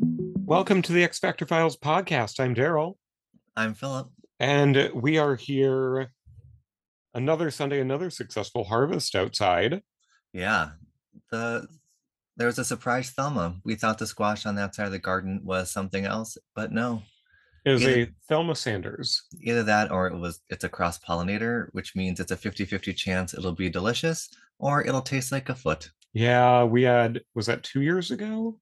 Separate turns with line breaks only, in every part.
Welcome to the X Factor Files podcast. I'm Daryl,
I'm Philip.
and we are here another Sunday, another successful harvest outside.
Yeah. The there was a surprise Thelma. We thought the squash on the outside of the garden was something else, but no.
It is
Yeah.
a Thelma Sanders.
Either that or it was it's a cross pollinator, which means it's a 50-50 chance it'll be delicious or it'll taste like a foot.
Yeah, we had, was that two years ago?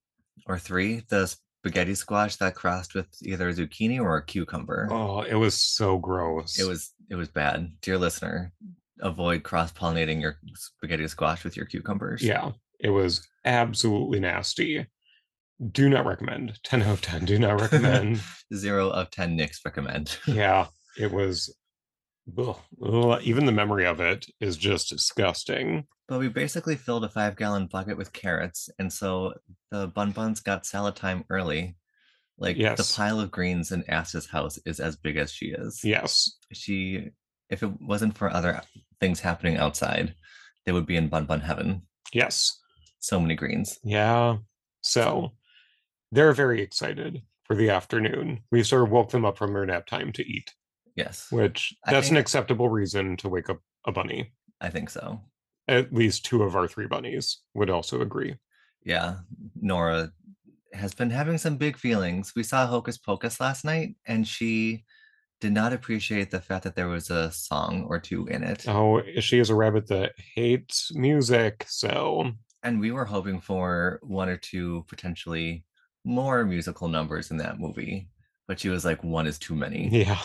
Or three, the spaghetti squash that crossed with either a zucchini or a cucumber.
Oh, it was so gross.
It was it was bad. Dear listener, avoid cross-pollinating your spaghetti squash with your cucumbers.
yeah, it was absolutely nasty. Do not recommend. 10 out of 10. Do not recommend.
Zero of ten nicks recommend.
yeah, it was. ugh, ugh, even the memory of it is just disgusting.
But we basically filled a five gallon bucket with carrots. And so the Bun Buns got salad time early. Like
Yes.
the pile of greens in Asta's house is as big as she is.
Yes,
She, if it wasn't for other things happening outside, they would be in Bun Bun heaven.
yes.
So many greens.
Yeah. So they're very excited for the afternoon. We sort of woke them up from their nap time to eat,
Yes,
which
I
that's an
think-
acceptable reason to wake up a bunny.
I think so.
At least two of our three bunnies would also agree.
Yeah. Nora has been having some big feelings. We saw Hocus Pocus last night and she did not appreciate the fact that there was a song or two in it.
Oh, she is a rabbit that hates music. So,
and we were hoping for one or two potentially more musical numbers in that movie but she was like one is too many
yeah.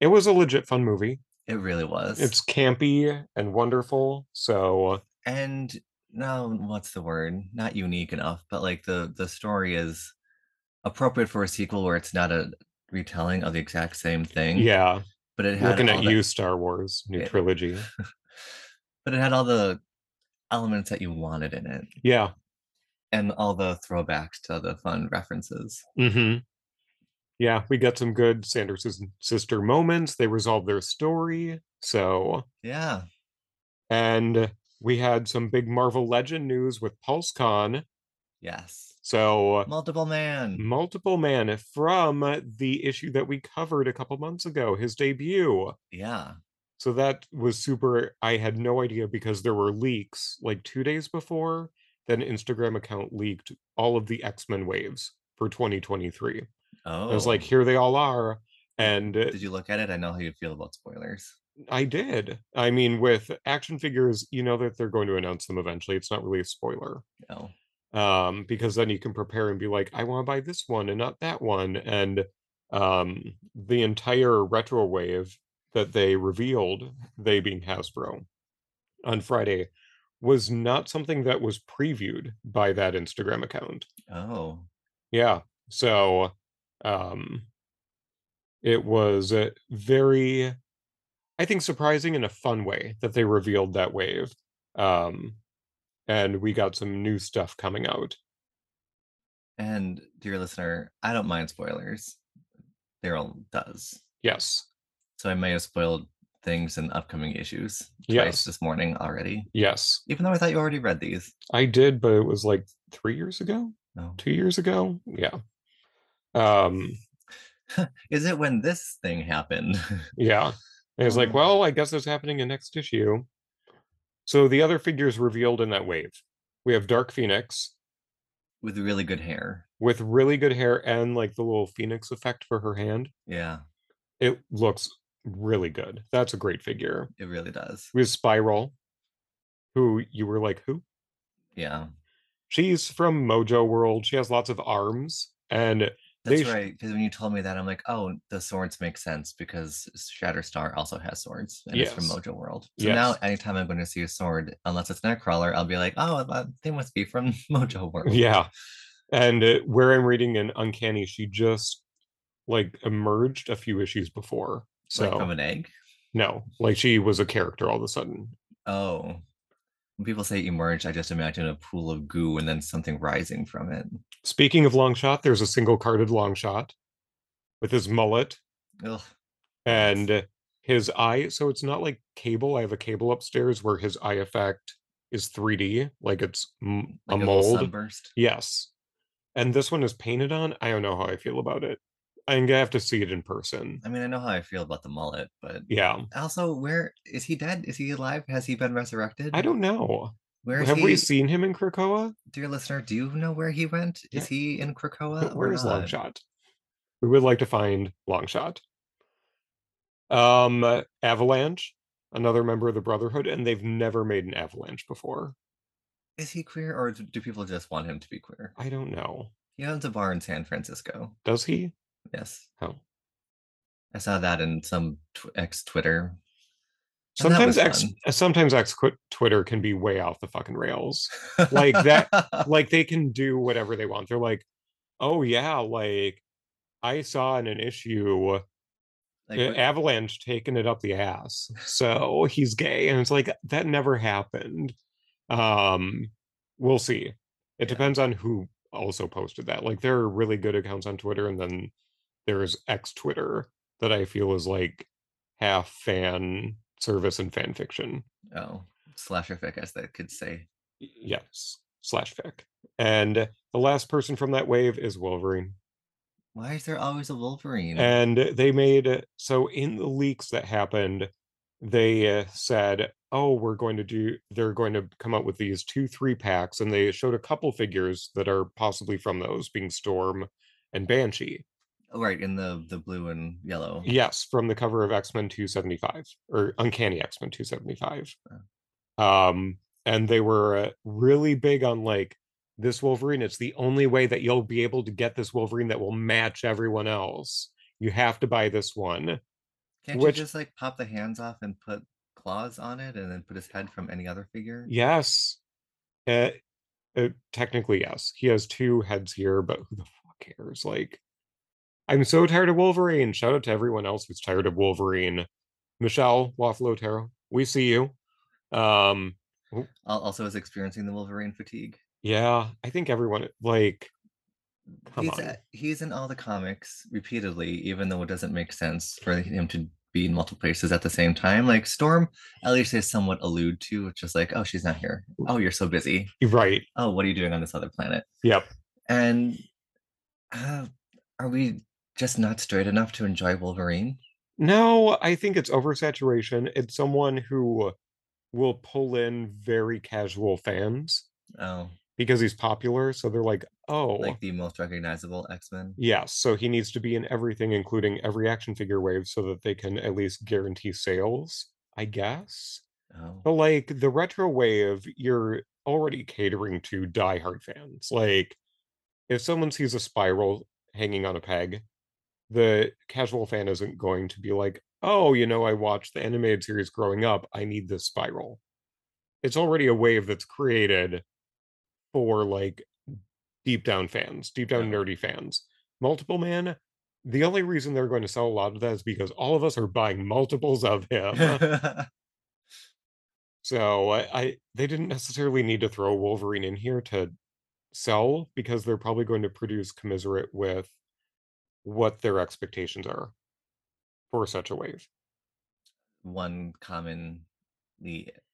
It was a legit fun movie.
it really was
It's campy and wonderful. So,
and no what's the word not unique enough but like the the story is appropriate for a sequel where it's not a retelling of the exact same thing
yeah,
but it had
looking
all
at
the-
you, Star Wars, new
Yeah.
trilogy.
but it had all the elements that you wanted in it
Yeah.
and all the throwbacks to the fun references
Mm-hmm. Yeah, we got some good Sanders' sister moments. They resolved their story. So,
yeah
and we had some big Marvel Legend news with PulseCon.
yes
So,
multiple man
Mm-hmm. multiple man from the issue that we covered a couple months ago, his debut.
yeah
So that was super. I had no idea because there were leaks like two days before. Then an Instagram account leaked all of the X Men waves for 2023.
oh
I was like, here they all are. And uh,
Did you look at it? I know how you feel about spoilers.
I did. I mean, with action figures, you know that they're going to announce them eventually. It's not really a spoiler.
No.
Um, because then you can prepare and be like, I want to buy this one and not that one. And um the entire retro wave that they revealed, they being Hasbro on Friday, was not something that was previewed by that Instagram account.
Oh,
Yeah. So um it was uh, very I think surprising in a fun way that they revealed that wave. Um and we got some new stuff coming out.
and dear listener, I don't mind spoilers. Daryl does.
Yes.
So I may have spoiled things in upcoming issues twice
Yes.
this morning already.
Yes.
Even though I thought you already read these. Oh,
I did, but it was like 3 years ago,
No.
2 years ago. Yeah. Um
Is it when this thing happened?
yeah. And it's like,
Um,
well, I guess that's happening in next issue. So the other figures revealed in that wave. We have Dark Phoenix,
With really good hair.
with really good hair and like the little phoenix effect for her hand.
Yeah,
It looks really good. That's a great figure.
it really does.
We have Spiral, who you were like, who?
Yeah.
She's from Mojo World. She has lots of arms. And They
That's
sh-
right. Because when you told me that, I'm like, oh, the swords make sense because Shatterstar also has swords and it's from
Yes.
Mojo World. So now,
Yes.
anytime I'm going to see a sword, unless it's Nightcrawler, I'll be like, oh, that, they must be from Mojo World.
yeah. And uh, where I'm reading in Uncanny, she just like emerged a few issues before. So,
Like from an egg.
no, like she was a character all of a sudden.
Oh. When people say emerge, I just imagine a pool of goo and then something rising from it.
Speaking of long shot, there's a single carded long shot with his mullet
Ugh. Yes.
and his eye so it's not like cable i have a cable upstairs where his eye effect is 3d like it's m- a
like little
mold
sunburst.
yes and this one is painted on. I don't know how I feel about it. I'm gonna have to see it in person.
I mean, I know how I feel about the mullet, but
Yeah,
also, where is he dead? Is he alive? Has he been resurrected?
I don't know.
Where is
Have
he?
we seen him in Krakoa?
Dear listener, do you know where he went?
Yeah.
Is he in Krakoa?
Where
or
is
not?
Longshot? We would like to find Longshot. Um, Avalanche, another member of the Brotherhood, and they've never made an Avalanche before.
Is he queer, or do do people just want him to be queer?
I don't know.
He owns a bar in San Francisco.
Does he?
Yes.
Oh.
I saw that in some tw- ex Twitter. And that
Sometimes
was
X,
fun.
sometimes X quit Twitter can be way off the fucking rails. Like that- like they can do whatever they want. They're like, oh yeah, like I saw in an issue
Like,
uh,
what-
Avalanche taking it up the ass. So he's gay. And it's like that never happened. Um, we'll see. It
Yeah.
depends on who also posted that. Like there are really good accounts on Twitter, and then there's X Twitter that I feel is like half fan service and fan fiction.
oh, slasherfic, as they could say.
Y- Yes. Slash fic. And the last person from that wave is Wolverine.
Why is there always a Wolverine?
and they made so in the leaks that happened they uh, said oh we're going to do they're going to come up with these two three packs and they showed a couple figures that are possibly from those being storm and banshee
Oh, right in the the blue and yellow.
yes from the cover of x-men 275 or uncanny x-men 275 um and they were uh, really big on like this wolverine it's the only way that you'll be able to get this wolverine that will match everyone else you have to buy this one
Can't
which-
you just like pop the hands off and put claws on it, and then put his head from any other figure?
Yes. Uh, uh, technically, yes. He has two heads here, but who the fuck cares? Like, I'm so tired of Wolverine. Shout out to everyone else who's tired of Wolverine. Michelle Waffle we see you. Um,
Al- Also, is experiencing the Wolverine fatigue.
yeah, I think everyone like Come
he's
on.
a- he's in all the comics repeatedly, even though it doesn't make sense for him to be in multiple places at the same time. Like Storm, at least they somewhat allude to, which is like, oh, she's not here. Oh, you're so busy.
right.
Oh, what are you doing on this other planet?
Yep.
And uh, are we just not straight enough to enjoy Wolverine?
No, I think it's oversaturation. It's someone who will pull in very casual fans
Oh,
because he's popular. So they're like, oh,
like the most recognizable X Men.
Yes, so he needs to be in everything, including every action figure wave, so that they can at least guarantee sales, I guess. But
Oh,
like the retro wave, you're already catering to diehard fans. Like, if someone sees a spiral hanging on a peg, the casual fan isn't going to be like, oh, you know, I watched the animated series growing up. I need this spiral. It's already a wave that's created for like deep down fans, deep down
Yeah.
nerdy fans. Multiple Man, the only reason they're going to sell a lot of that is because all of us are buying multiples of him. So I, I they didn't necessarily need to throw Wolverine in here to sell because they're probably going to produce commiserate with what their expectations are for such a wave.
one commonly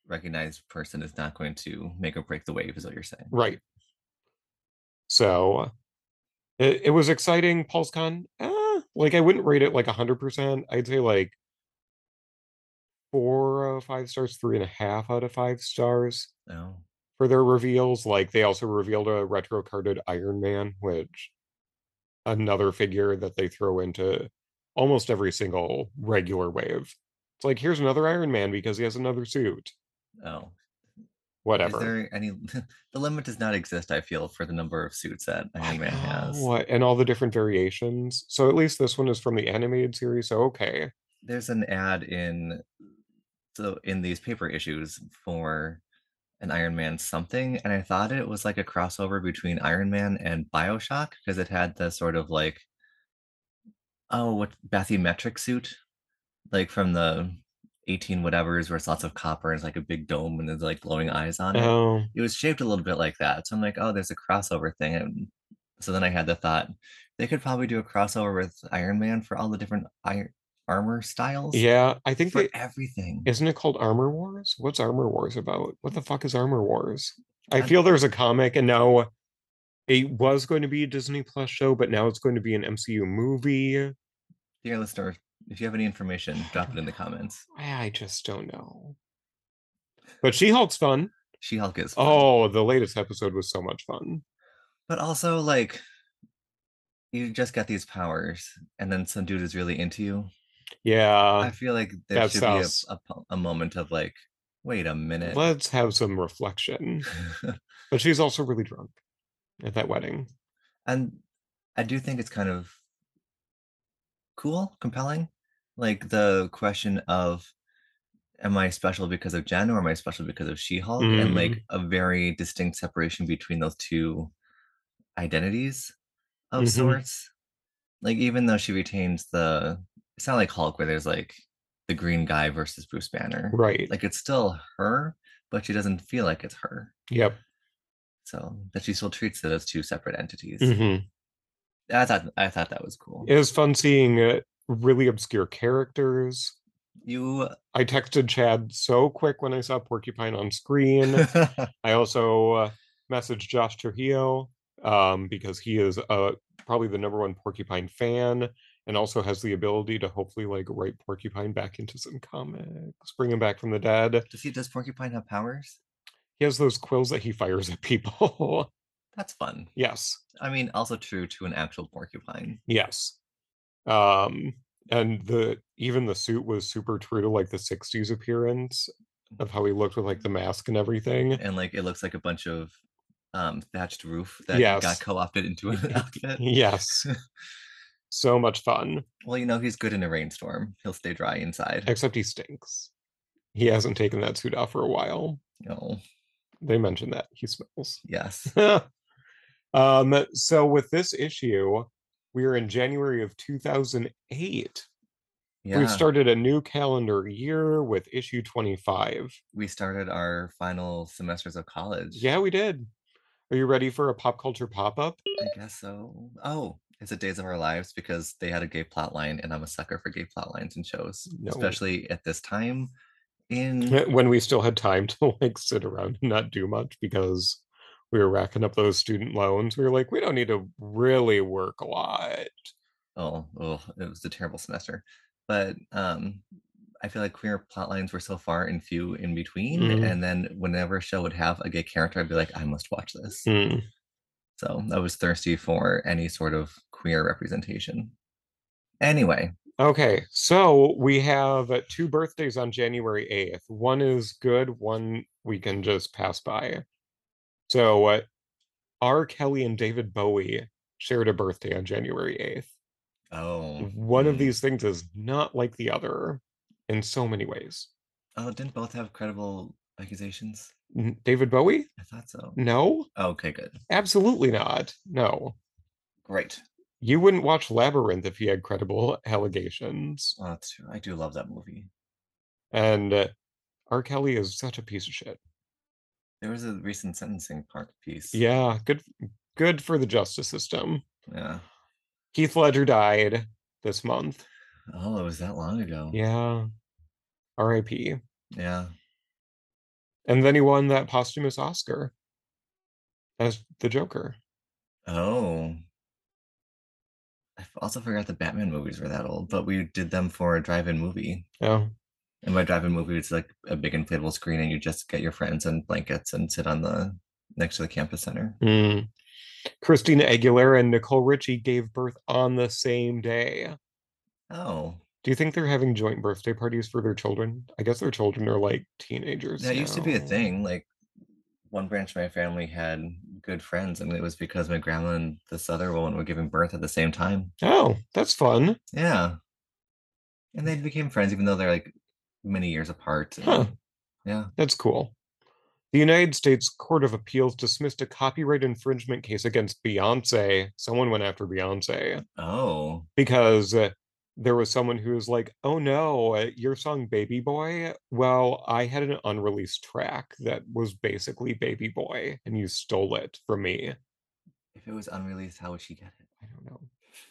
recognized person is not going to make or break the wave, is what you're saying.
Right. So it, it was exciting. PulseCon, uh, like I wouldn't rate it like hundred percent. I'd say like four out of five stars, three and a half out of five stars.
Oh,
for their reveals. Like they also revealed a retro carded Iron Man, which another figure that they throw into almost every single regular wave. It's like here's another Iron Man because he has another suit.
oh.
Whatever.
Is there any? the limit does not exist. I feel for the number of suits that
I
Iron Man has.
know, And all the different variations. So at least this one is from the animated series. So okay.
There's an ad in so in these paper issues for an Iron Man something, and I thought it was like a crossover between Iron Man and Bioshock because it had the sort of like oh what bathymetric suit like from the 18 whatevers where it's lots of copper and it's like a big dome and there's like glowing eyes on it.
Oh,
it was shaped a little bit like that. So I'm like, oh, there's a crossover thing. And so then I had the thought they could probably do a crossover with Iron Man for all the different iron armor styles.
yeah. I think
for
they
everything.
isn't it called Armor Wars? What's Armor Wars about? What the fuck is Armor Wars? Mm. I
I-
feel there's a comic and now it was going to be a Disney Plus show, but now it's going to be an MCU movie.
Dear listener, if you have any information, drop it in the comments.
I I just don't know. But She Hulk's fun.
She Hulk is. fun.
Oh, the latest episode was so much fun.
But also, like, you just got these powers, and then some dude is really into you. I
Yeah.
feel like there
Uh, that
should be a,
sounds-
a po- a moment of like, wait a minute.
Let's have some reflection. But she's also really drunk at that wedding.
and I do think it's kind of cool, compelling. Like the question of, am I special because of Jen or am I special because of She Hulk? And like a very distinct separation between those two identities of
Mhm.
sorts. Like, even though she retains the, it's not like Hulk where there's like the green guy versus Bruce Banner.
Right.
Like, it's still her, but she doesn't feel like it's her.
Yep.
So that she still treats it as two separate entities.
hmm
I thought I thought that was cool.
It was fun seeing uh, really obscure characters.
You
I texted Chad so quick when I saw Porcupine on screen. I also uh, messaged Josh Trujillo um, because he is uh, probably the number one Porcupine fan and also has the ability to hopefully like write Porcupine back into some comics, bring him back from the dead.
does he does porcupine have powers?
He has those quills that he fires at people.
That's fun.
yes.
I mean, also true to an actual porcupine.
Yes. Um, and the even the suit was super true to like the 60s appearance of how he looked with like the mask and everything.
And like it looks like a bunch of um thatched roof that
Yes.
got co-opted into an outfit.
Yes. so much fun.
Well, you know, he's good in a rainstorm. He'll stay dry inside.
Except he stinks. He hasn't taken that suit off for a while.
No.
They mentioned that he smells.
Yes.
um, so with this issue, we are in January of 2008.
Yeah.
We've started a new calendar year with issue 25.
we started our final semesters of college.
Yeah, we did. Are you ready for a pop culture pop up?
I guess so. Oh, is it Days of Our Lives because they had a gay plot line, and I'm a sucker for gay plot lines and shows,
No.
especially at this time in
When we still had time to like sit around and not do much because we were racking up those student loans. We were like, we don't need to really work a lot.
oh, oh it was a terrible semester, but um, I feel like queer plot lines were so far and few in between,
Mhm.
and then whenever a show would have a gay character, I'd be like, I must watch this.
Mm.
So I was thirsty for any sort of queer representation. Anyway,
Okay, so we have uh, two birthdays on January 8th. One is good, one we can just pass by. So, uh, R. Kelly and David Bowie shared a birthday on January 8th.
oh,
one of
mm.
these things is not like the other in so many ways.
Oh, didn't both have credible accusations?
N- David Bowie?
I thought so.
No,
Okay, good.
absolutely not. No.
Great.
You wouldn't watch Labyrinth if he had credible allegations.
Well, that's true. I do love that movie.
And uh, R. Kelly is such a piece of shit.
There was a recent sentencing part piece.
Yeah, good good for the justice system.
Yeah.
Heath Ledger died this month.
Oh, it was that long ago.
Yeah. R.I.P.
Yeah.
And then he won that posthumous Oscar as the Joker.
Oh. I f- also forgot the Batman movies were that old, but we did them for a drive-in movie.
Oh,
And by drive-in movie, it's like a big inflatable screen, and you just get your friends and blankets and sit on the next to the campus center.
Mm. Christina Aguilera and Nicole Richie gave birth on the same day.
Oh,
Do you think they're having joint birthday parties for their children? I guess their children are like teenagers.
That used to be a
now.
thing. Like one branch of my family had good friends, and it was because my grandma and this other woman were giving birth at the same time.
Oh, that's fun.
Yeah. And they became friends even though they're like many years apart.
Huh.
and- Yeah.
That's cool. The United States Court of Appeals dismissed a copyright infringement case against Beyonce. Someone went after Beyonce
Oh.
because uh, there was someone who was like, "Oh no, uh, your song Baby Boy, well, I had an unreleased track that was basically Baby Boy and you stole it from me."
If it was unreleased, how would she get it?
I don't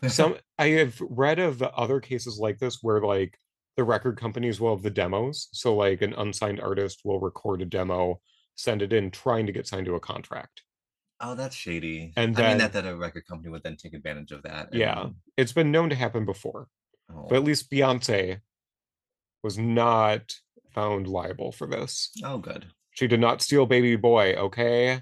know. Some I have read of other cases like this where like the record companies will have the demos. So like an unsigned artist will record a demo, send it in trying to get signed to a contract.
Oh, that's shady.
And
I mean
then-
that that a record company would then take advantage of that. and-
Yeah. It's been known to happen before,
Oh,
but at least Beyonce was not found liable for this.
oh, good.
She did not steal Baby Boy, okay?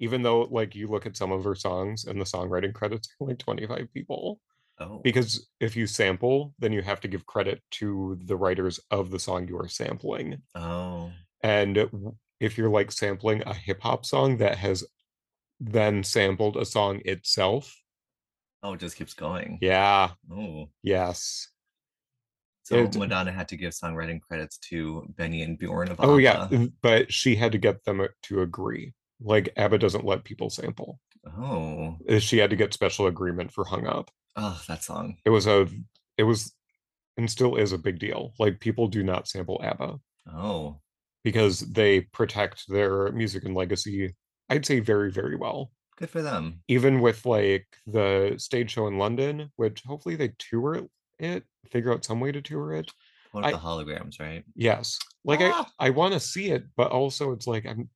Even though, like, you look at some of her songs and the songwriting credits are like 25 people.
Oh,
Because if you sample, then you have to give credit to the writers of the song you are sampling.
oh,
And w- if you're like sampling a hip hop song that has then sampled a song itself,
oh, it just keeps going.
yeah,
Oh,
yes.
so
It-
Madonna had to give songwriting credits to Benny and Bjorn of.
Oh, yeah,
ABBA.
th- but she had to get them a- to agree. Like, ABBA doesn't let people sample.
Oh,
Uh, She had to get special agreement for Hung Up.
oh, that song.
it was a it was and still is a big deal like people do not sample abba
Oh,
because they protect their music and legacy i'd say very very well
good for them.
even with like the stage show in london which hopefully they tour it, it figure out some way to tour it
One of
I-
the holograms, right?
yes like
Ah!
i i want to see it but also it's like i'm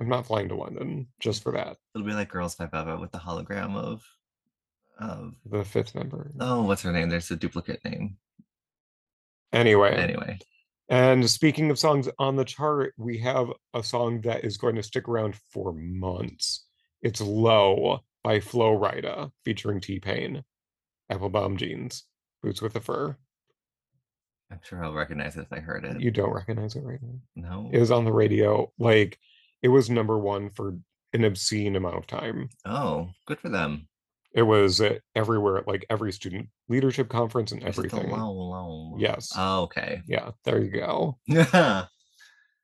i'm not flying to london just for that
It'll be like Girls by Baba with the hologram of, of
the fifth member
oh, what's her name? There's a duplicate name.
anyway
Anyway,
And speaking of songs on the chart, we have a song that is going to stick around for months. It's Low by Flo Rida featuring T Pain, Applebum Jeans, Boots with a Fur.
I'm sure I'll recognize it if I heard it.
You don't recognize it right now.
no.
It was on the radio. Like it was number one for an obscene amount of time.
Oh, good for them.
It was uh, everywhere, at, like every student leadership conference and
Is it the
everything.
low, low?
Yes.
Oh, okay.
yeah, there you go.
yeah.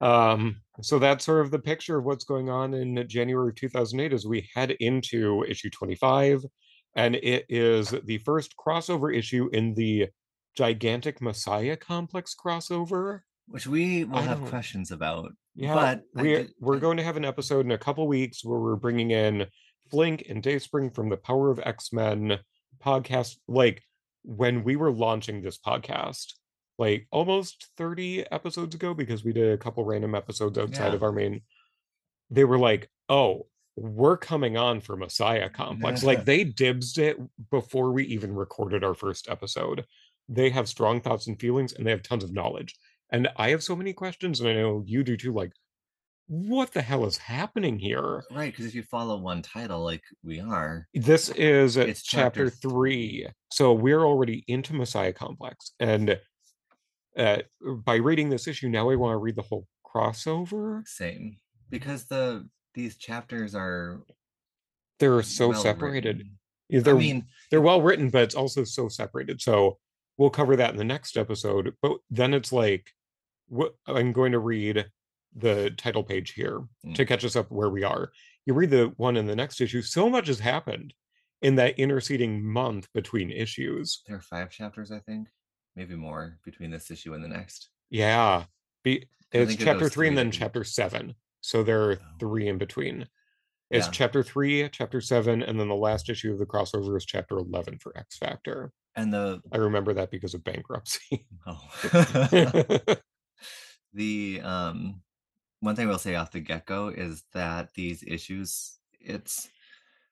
Um, so that's sort of the picture of what's going on in January 2008 as we head into issue 25. And it is the first crossover issue in the gigantic Messiah complex crossover.
Which we will
I
have
don't-
questions about.
Yeah,
But I
we're,
did-
we're
I-
going to have an episode in a couple weeks where we're bringing in Flink and Dayspring from the Power of X Men podcast. Like when we were launching this podcast, like almost 30 episodes ago, because we did a couple random episodes outside
Yeah.
of our main, they were like, oh, we're coming on for Messiah Complex. like they dibsed it before we even recorded our first episode. They have strong thoughts and feelings and they have tons of knowledge. And I have so many questions, and I know you do too. Like, what the hell is happening here?
Right, because if you follow one title like we are,
This is uh,
It's
chapter,
chapter
three. So we're already into Messiah Complex. And uh, by reading this issue, now we want to read the whole crossover.
same. Because the these chapters are
They're so
well
separated.
written.
Yeah, They're,
I mean,
they're well written, but it's also so separated. So we'll cover that in the next episode. But then it's like, what I'm going to read the title page here to
Mm.
catch us up where we are. You read the one in the next issue. So much has happened in that interceding month between issues.
there are five chapters, I think, maybe more between this issue and the next.
Yeah, be,
I
it's
think of
chapter
those
three and
three
then
that we-
chapter seven. So there are
Oh.
three in between. It's
Yeah.
chapter three, chapter seven, and then the last issue of the crossover is chapter eleven for X Factor.
And the
I remember that because of bankruptcy.
oh,
Mm-hmm.
the um one thing I will say off the get-go is that these issues it's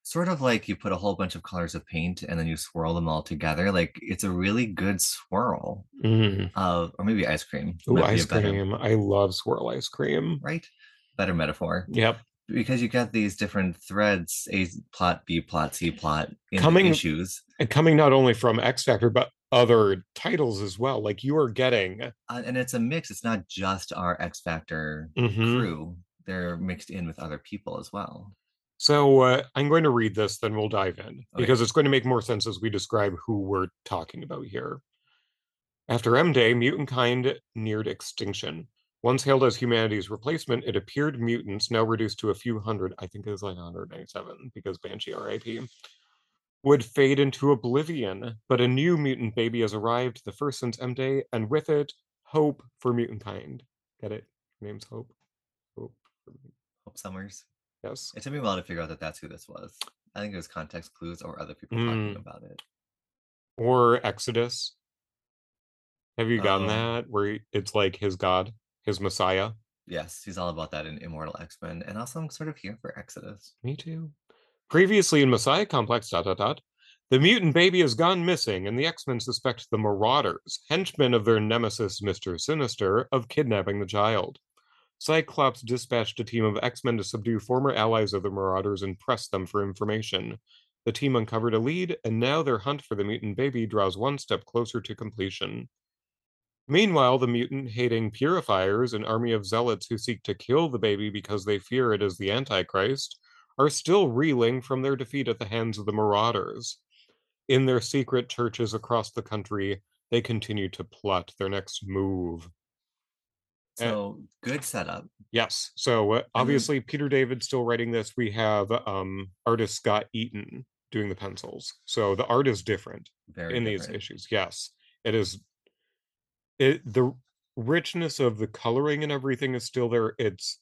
sort of like you put a whole bunch of colors of paint and then you swirl them all together like it's a really good swirl
Mm.
of or maybe ice cream
Ooh,
might be a
ice
better-
cream. I love swirl ice cream.
right better metaphor
Yep.
because you got these different threads a plot b plot c plot in the
Coming-
issues
and coming not only from X Factor but other titles as well. Like you are getting
uh, and it's a mix it's not just our x factor
Mhm.
crew they're mixed in with other people as well
So uh, I'm going to read this, then we'll dive in
Okay.
because it's going to make more sense as we describe who we're talking about here. After M Day, mutant kind neared extinction. Once hailed as humanity's replacement, it appeared mutants, now reduced to a few hundred, I think it was like 197 because Banshee RIP, would fade into oblivion. But a new mutant baby has arrived, the first since M Day, and with it, hope for mutant kind. Get it? Her name's Hope. Hope. for mutant-
hope summers
Yes.
It took me a while to figure out that that's who this was. I think it was context clues or other people
Mm.
talking about it.
or Exodus. Have you gotten
Oh.
that where it's like his God, his Messiah?
yes, he's all about that in Immortal X Men, and also I'm sort of here for Exodus.
Me too. Previously in Messiah Complex, dot dot dot, the mutant baby has gone missing, and the X Men suspect the Marauders, henchmen of their nemesis Mister Sinister, of kidnapping the child. Cyclops dispatched a team of X Men to subdue former allies of the Marauders and press them for information. The team uncovered a lead, and now their hunt for the mutant baby draws one step closer to completion. Meanwhile, the mutant hating purifiers, an army of zealots who seek to kill the baby because they fear it is the Antichrist, are still reeling from their defeat at the hands of the Marauders. In their secret churches across the country, they continue to plot their next move. Eh.
So good setup.
Yes. So uh, obviously, Peter David still writing this. We have um, artist Scott Eaton doing the pencils. So the art is different
Very
in these
different.
issues. Yes, it is. It, the richness of the coloring and everything is still there. It's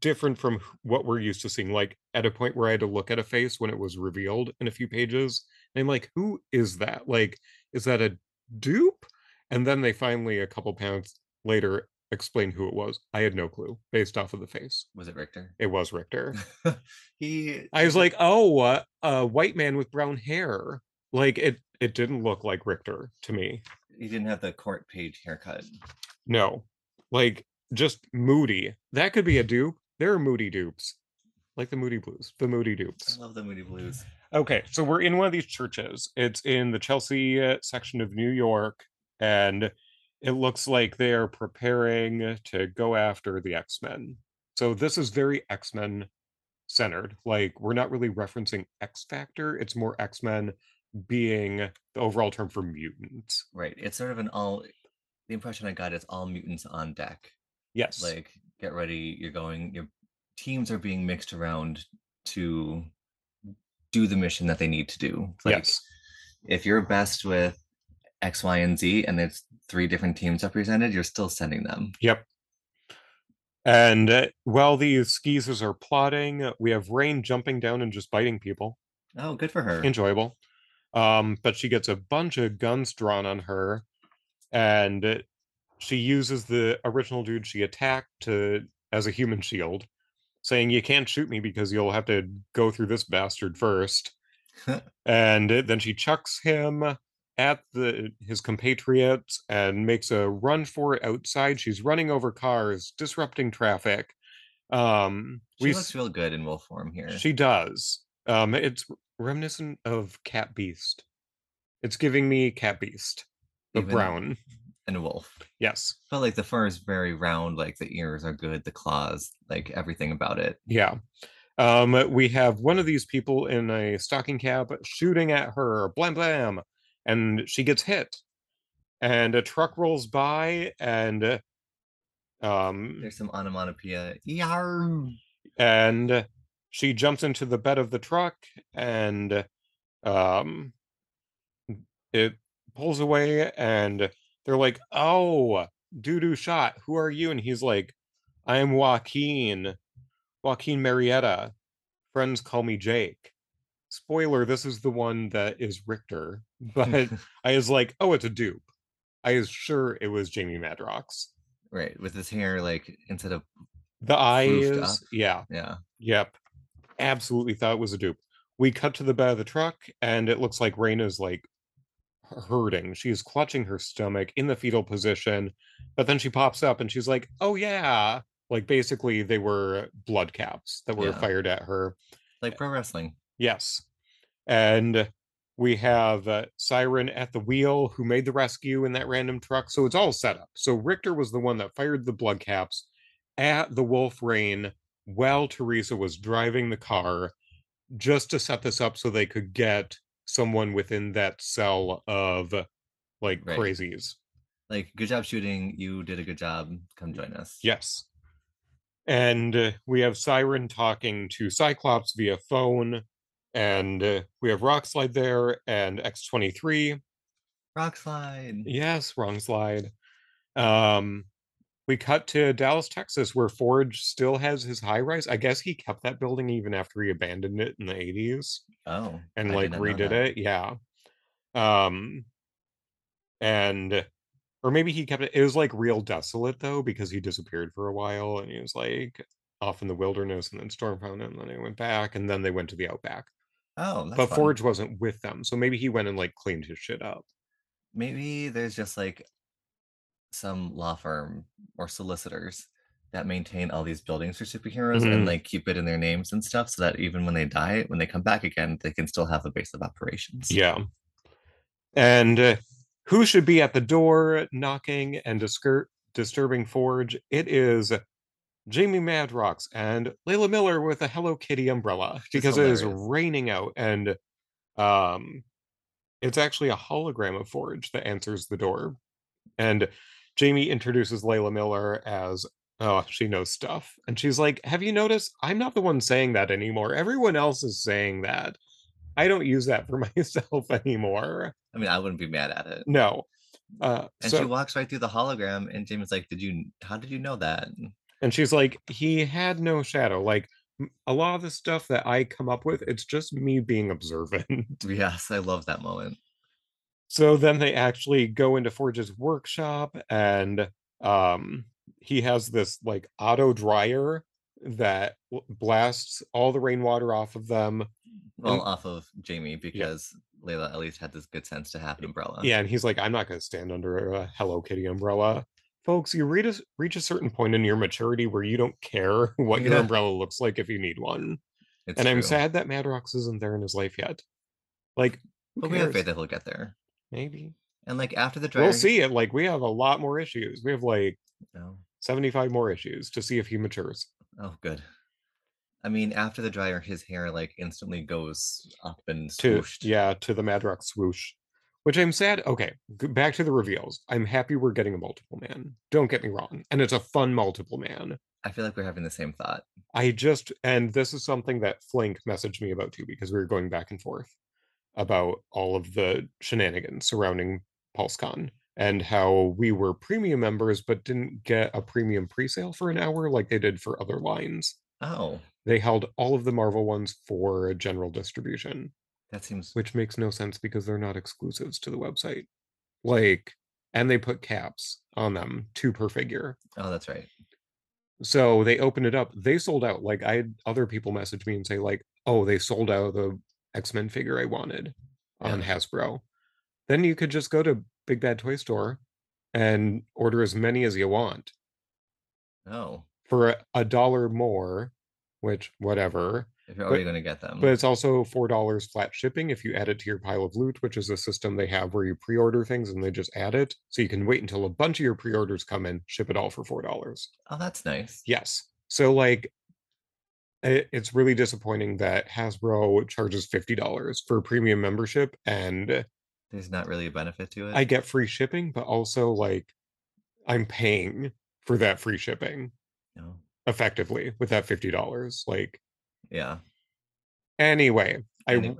different from wh- what we're used to seeing. Like at a point where I had to look at a face when it was revealed in a few pages, and I'm like, "Who is that? Like, is that a dupe?" And then they finally, a couple panels later, explain who it was. I had no clue based off of the face.
Was it Richter?
It was Richter.
he.
I was like, oh, uh, a white man with brown hair. Like it, it didn't look like Richter to me.
he didn't have the court page haircut.
No, like just moody. That could be a dupe. There are moody dupes, like the Moody Blues, the Moody
I
Dupes.
love the Moody Blues.
Okay, so we're in one of these churches. It's in the Chelsea uh, section of New York, and it looks like they are preparing to go after the X Men. So this is very X Men centered. Like, we're not really referencing X Factor, it's more X Men being the overall term for mutants.
Right. It's sort of an all. The impression I got is all mutants on deck.
Yes.
Like, get ready. You're going. Your teams are being mixed around to do the mission that they need to do. It's Like,
yes.
If you're best with X, Y, and Z, and it's three different teams represented, you're still sending them.
Yep. And uh, while these skeezers are plotting, uh, we have Rain jumping down and just biting people.
Oh, good for her.
enjoyable. Um, but she gets a bunch of guns drawn on her, and uh, she uses the original dude she attacked to as a human shield, saying, "You can't shoot me because you'll have to go through this bastard first. and uh, then she chucks him at the his compatriots and makes a run for it outside. She's running over cars, disrupting traffic. Um,
She
we
looks real good in wolf form here.
she does. Um, it's reminiscent of Cat Beast. It's giving me Cat Beast, but
Even
brown.
and wolf.
Yes.
But like the fur is very round, like the ears are good, the claws, like everything about it.
Yeah. Um, we have one of these people in a stocking cap shooting at her, blam blam, and she gets hit. And a truck rolls by, and uh, um,
There's some onomatopoeia. Yarr.
and she jumps into the bed of the truck and um it pulls away and they're like oh doo-doo shot who are you and he's like i am joaquin joaquin marietta friends call me jake spoiler this is the one that is richter but i was like oh it's a dupe i was sure it was jamie madrox
right, with his hair like instead of
the
Roofed up.
eyes yeah
yeah.
Yep. Absolutely thought it was a dupe. We cut to the bed of the truck, and it looks like Raina's like hurting. She's clutching her stomach in the fetal position, but then she pops up and she's like, oh, yeah. Like basically, they were blood caps that were
Yeah.
fired at her.
Like pro wrestling.
Yes. And we have uh, Siren at the wheel who made the rescue in that random truck. So it's all set up. So Richter was the one that fired the blood caps at the Wolf Rain while Teresa was driving the car just to set this up so they could get someone within that cell of like
Right.
crazies.
Like good job shooting. You did a good job. Come join us.
Yes. And uh, we have Siren talking to Cyclops via phone. And uh, we have Rockslide there and X23.
Rock slide.
Yes, wrong slide. Um, we cut to Dallas, Texas, where Forge still has his high rise. I guess he kept that building even after he abandoned it in the 80s
Oh.
and
I
like
did not know
redid
that.
it. Yeah. Um, and or maybe he kept it. It was like real desolate though, because he disappeared for a while and he was like off in the wilderness, and then Storm found him, and then he went back, and then they went to the outback.
Oh, that's
but
fun.
Forge wasn't with them, so maybe he went and like cleaned his shit up.
maybe there's just like some law firm or solicitors that maintain all these buildings for superheroes
Mhm.
and like keep it in their names and stuff so that even when they die when they come back again they can still have a base of operations
Yeah. And uh, who should be at the door knocking and discur- disturbing Forge? It is Jamie Madrox and Layla Miller with a Hello Kitty umbrella because it is
hilarious.
raining out and um it's actually a hologram of Forge that answers the door. And Jamie introduces Layla Miller as oh, she knows stuff. And she's like, Have you noticed? I'm not the one saying that anymore. Everyone else is saying that. I don't use that for myself anymore.
i mean i wouldn't be mad at it
No. Uh,
and
so,
she walks right through the hologram and jamie's like did you how did you know that
and she's like, he had no shadow. Like m- a lot of the stuff that I come up with, it's just me being observant.
yes i love that moment
so then they actually go into Forge's workshop, and um, he has this like auto dryer that w- blasts all the rainwater off of them.
well
And-
off of jamie because layla at least had this good sense to have an umbrella
Yeah, and he's like, I'm not going to stand under a Hello Kitty umbrella. Folks, you read a, reach a certain point in your maturity where you don't care what your
Yeah.
umbrella looks like if you need one.
it's
and I'm
true.
sad that Madrox isn't there in his life yet. Like, who
but we have
cares?
faith that he'll get there
Maybe
and like after the
we'll
dryer-
see it. Like, we have a lot more issues. We have like
No.
75 more issues to see if he matures.
Oh, good. I mean, after the dryer, his hair like instantly goes up and
To
swooshed.
yeah, to the Madrox swoosh, which I'm sad. Okay, g- back to the reveals. I'm happy we're getting a multiple man. Don't get me wrong, and it's a fun multiple man.
I feel like we're having the same thought.
I just and this is something that Flink messaged me about too because we were going back and forth about all of the shenanigans surrounding PulseCon and how we were premium members but didn't get a premium presale for an hour like they did for other lines.
Oh,
They held all of the Marvel ones for general distribution,
that seems
which makes no sense because they're not exclusives to the website. Like and they put caps on them, two per figure.
oh, that's right.
So they opened it up. They sold out. Like I had other people message me and say, like, oh, they sold out the X Men figure I wanted on
Yeah.
Hasbro. Then you could just go to Big Bad Toy Store and order as many as you want
No,
for a- a dollar more, which whatever.
if you're already going to get them.
But it's also four dollars flat shipping if you add it to your pile of loot, which is a system they have where you pre-order things and they just add it. So you can wait until a bunch of your pre-orders come in, ship it all for four dollars.
oh, that's nice.
Yes. So like it, it's really disappointing that Hasbro charges $50 for premium membership and
There's not really a benefit to it.
I get free shipping, but also like I'm paying for that free shipping
no.
effectively with that $50. Like
Yeah.
anyway, I
anyway,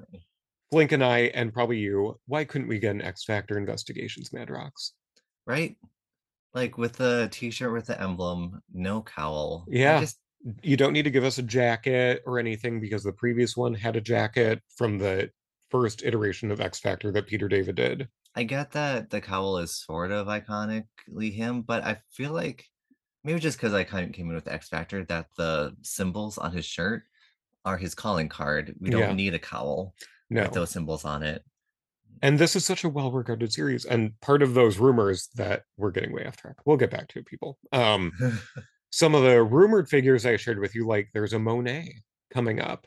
Blink and I and probably you, why couldn't we get an X Factor investigations, Madrox?
right? Like with the T-shirt with the emblem, no cowl. I
Yeah.
just-
You don't need to give us a jacket or anything because the previous one had a jacket from the first iteration of X Factor that Peter David did.
I get that the cowl is sort of iconically him, but I feel like maybe just because I kind of came in with X Factor that the symbols on his shirt are his calling card. We don't
Yeah.
need a cowl
No.
with those symbols on it.
And this is such a well regarded series. And part of those rumors that we're getting way off track. We'll get back to it, people. Um,
Oh,
some of the rumored figures I shared with you, like there's a Monet coming up.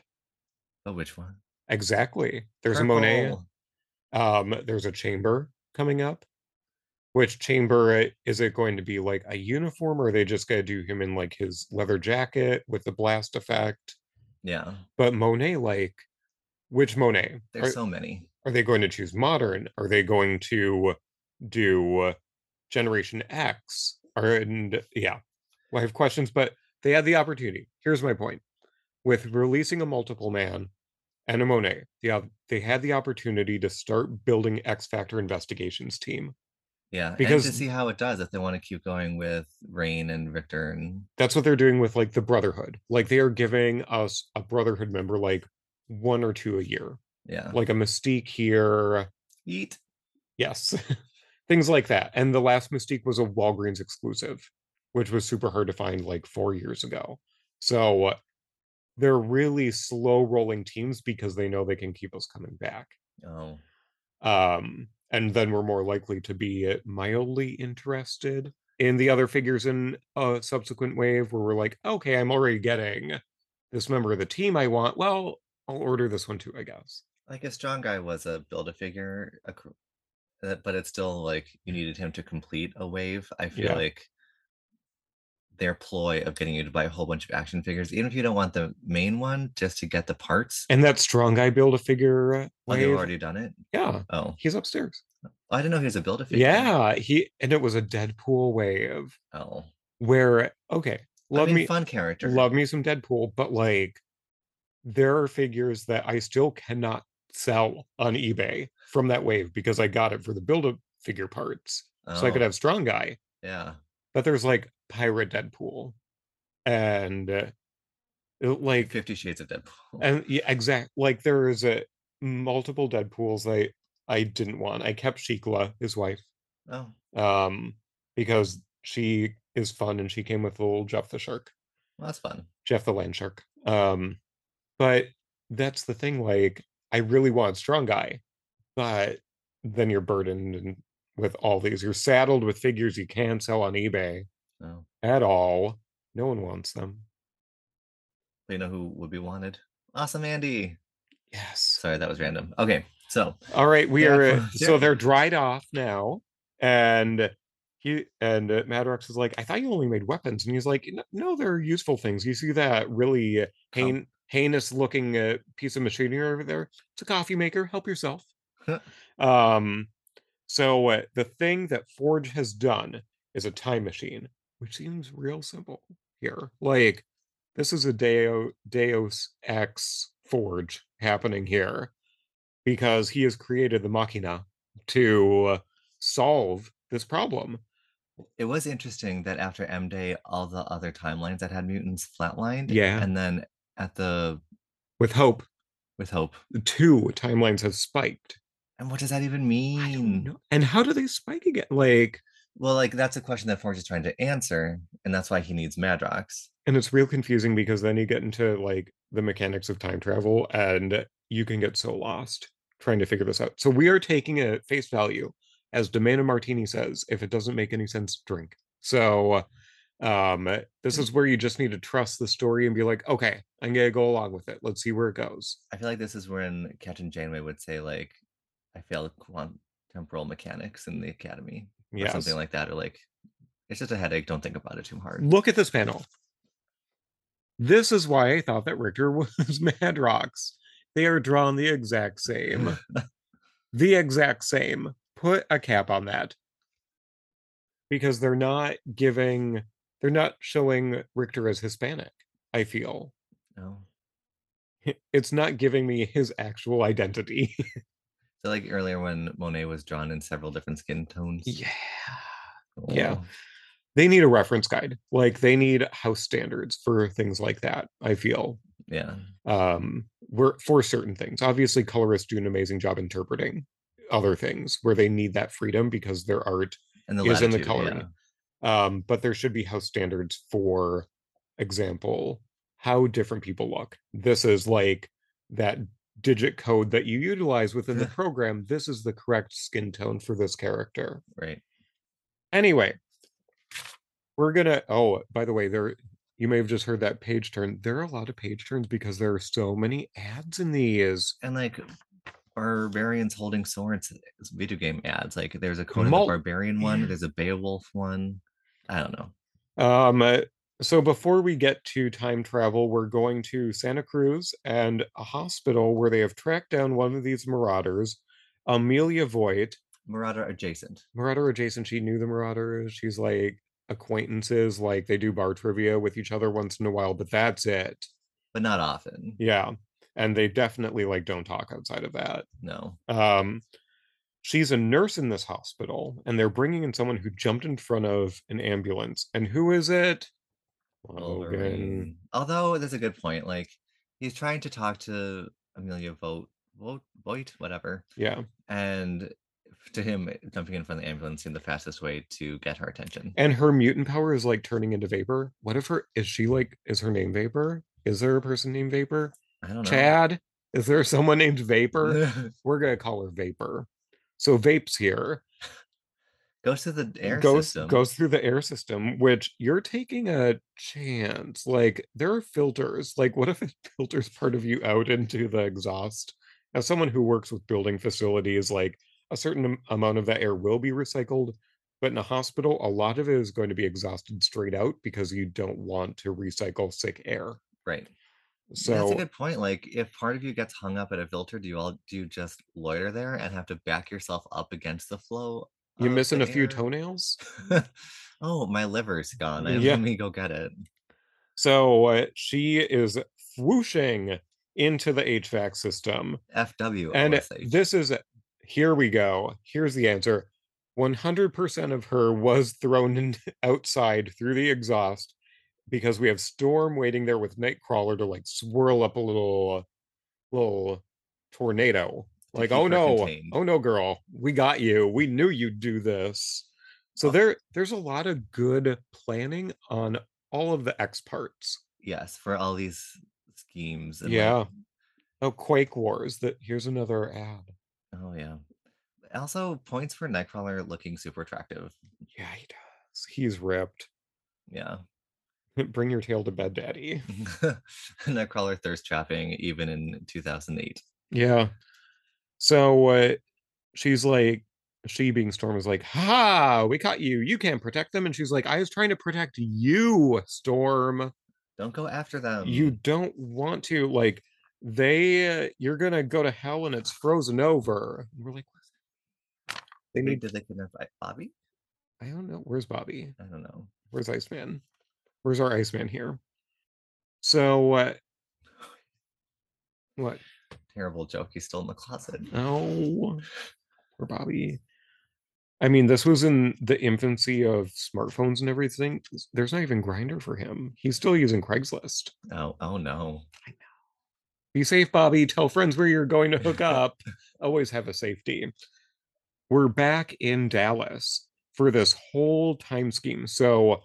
but which one?
Exactly. There's a Monet.
Purple.
Um, there's a chamber coming up. Which chamber uh, is it going to be like a uniform, or are they just gonna do him in like his leather jacket with the blast effect?
Yeah,
But Monet, like which Monet?
there's
Are-
so many.
Are they going to choose modern? Are they going to do Generation X? Or and yeah, well, I have questions, but they had the opportunity. Here's my point: with releasing a multiple man and a Monet, yeah, they had the opportunity to start building X Factor investigations team.
Yeah, and
because-
to see how it does if they want to keep going with Rain and Victor and
That's what they're doing with like the Brotherhood. Like they are giving us a Brotherhood member like one or two a year,
yeah,
like a Mystique here,
eat.
Yes. things like that. And the last Mystique was a Walgreens exclusive, which was super hard to find like four years ago. So uh, they're really slow rolling teams because they know they can keep us coming back.
Oh,
Um, and then we're more likely to be mildly interested in the other figures in a subsequent wave where we're like, okay, I'm already getting this member of the team I want. Well, I'll order this one too, I guess.
like a strong guy was a build a figure, a cr- uh, but it's still like you needed him to complete a wave. I feel
Yeah.
like their ploy of getting you to buy a whole bunch of action figures, even if you don't want the main one, just to get the parts.
And that strong guy build a figure
Oh, they've
wave.
already done it.
yeah,
Oh,
he's upstairs.
I didn't know he was a build a figure.
Yeah, he and it was a Deadpool wave
Oh,
where okay,
love
love me
fun character.
love me some Deadpool, but like there are figures that I still cannot sell on eBay from that wave because I got it for the build up figure parts. So I could
Oh,
have strong guy,
Yeah.
but there's like pirate Deadpool and uh, it- like
Fifty Shades of Deadpool.
and yeah, exact like there is a multiple Deadpools I I didn't want. I kept Sheikla, his wife,
oh,
um, because she is fun and she came with little Jeff the shark,
well, that's fun.
Jeff the land shark. Um, but that's the thing. Like, I really want strong guy, but then you're burdened and with all these. You're saddled with figures you can't sell on eBay
Oh,
at all. No one wants them.
you know who would be wanted? Awesome Andy.
Yes.
Sorry, that was random. Okay, so
All right, we
Yeah,
are uh,
for-
so
yeah.
they're dried off now, and he and uh, Madrox is like, I thought you only made weapons, and he's like, "N- No, they're useful things. You see that really uh,
Com-
hain- heinous looking uh, piece of machinery over there? It's a coffee maker. Help yourself. um, so uh, the thing that Forge has done is a time machine, which seems real simple here. Like this is a Deo, Deus Ex Forge happening here because he has created the Machina to uh, solve this problem.
it was interesting that after M Day, all the other timelines that had mutants flatlined.
Yeah.
and then at the
With hope,
with hope.
the two timelines have spiked.
And what does that even
I don't
mean?
know- And how do they spike again? Like,
Well, like that's a question that Forge is trying to answer, and that's why he needs Madrox.
and it's real confusing because then you get into like the mechanics of time travel and you can get so lost trying to figure this out. So we are taking it at face value. As Demanda Martini says, if it doesn't make any sense, drink. So um this is where you just need to trust the story and be like, okay, I'm gonna go along with it. Let's see where it goes.
I feel like this is when Captain Janeway would say, like, I failed quant temporal mechanics in the academy. or
Yes.
something like that, or like it's just a headache. Don't think about it too hard.
Look at this panel. This is why I thought that Richter was Mad Rocks. They are drawn the exact same. the exact same. Put a cap on that. Because they're not giving, they're not showing Richter as Hispanic, I feel.
No.
It's not giving me his actual identity.
So like earlier when Monet was drawn in several different skin tones.
yeah.
Oh,
They need a reference guide. Like they need house standards for things like that, I feel.
Yeah.
um were for certain things obviously colorists do an amazing job interpreting other things where they need that freedom because their art
And the
Is in the
latitude,
coloring.
yeah.
um but there should be house standards for example how different people look this is like that digit code that you utilize within the program this is the correct skin tone for this character
Right.
anyway we're gonna oh by the way there you may have just heard that page turn there are a lot of page turns because there are so many ads in these
And like barbarians holding swords is video game ads. Like there's a Conan
Mul-
the Barbarian one,
Yeah.
there's a Beowulf one. I don't know.
Um, uh, so before we get to time travel, we're going to Santa Cruz and a hospital where they have tracked down one of these marauders, Amelia Voigt,
Marauder adjacent.
marauder adjacent. She knew the marauder. She's like acquaintances, like they do bar trivia with each other once in a while, but that's it.
But not often.
Yeah, and they definitely like don't talk outside of that.
No.
Um, she's a nurse in this hospital, and they're bringing in someone who jumped in front of an ambulance. And who is it? Logan.
Wolverine. Although that's a good point. Like he's trying to talk to Amelia Vogt, Vogt, Voigt whatever.
Yeah.
and to him, jumping in front of the ambulance seemed the fastest way to get her attention.
And her mutant power is like turning into vapor. What if her is she like is her name Vapor? Is there a person named Vapor?
I don't know.
Chad? Is there someone named Vapor? We're gonna call her Vapor. So Vape's here.
goes to the air
goes
system.
goes through the air system, which you're taking a chance. Like there are filters. Like what if it filters part of you out into the exhaust? As someone who works with building facilities, like a certain am- amount of that air will be recycled, but in a hospital, a lot of it is going to be exhausted straight out because you don't want to recycle sick air.
right.
So
That's a good point. Like, if part of you gets hung up at a filter, do you all do you just loiter there and have to back yourself up against the flow?
you're
of
missing
the
a few
air?
toenails.
oh, my liver's gone. I,
Yeah.
Let me go get it.
So uh, she is whooshing into the HVAC system.
FW. I
and
wanna say.
this is here we go here's the answer 100% of her was thrown in, outside through the exhaust because we have storm waiting there with nightcrawler to like swirl up a little little tornado
To
like
keep
oh
her
no
contained."
oh no girl we got you we knew you'd do this so
Oh.
there there's a lot of good planning on all of the x parts
yes, for all these schemes. And like,
yeah oh quake wars that here's another ad
oh yeah. Also, points for Nightcrawler looking super attractive.
Yeah, he does. He's ripped.
Yeah.
Bring your tail to bed, daddy.
Nightcrawler thirst trapping even in 2008.
Yeah. So uh, she's like, she being Storm is like, ha, we caught you. You can't protect them. And she's like, I was trying to protect you, Storm.
Don't go after them.
you don't want to. Like, they, you're going to go to hell and it's frozen over. And we're like, "What?" they
Wait,
need,
did they kidnap I- Bobby?
I don't know. Where's Bobby?
I don't know.
Where's Iceman? Where's our Iceman here? So, uh, what?
Terrible joke. He's still in the closet.
No. Or Bobby. I mean, this was in the infancy of smartphones and everything. S- There's not even Grinder for him. He's still using Craigslist.
Oh, oh no.
Be safe, Bobby. Tell friends where you're going to hook up. Always have a safety. We're back in Dallas for this whole time scheme. So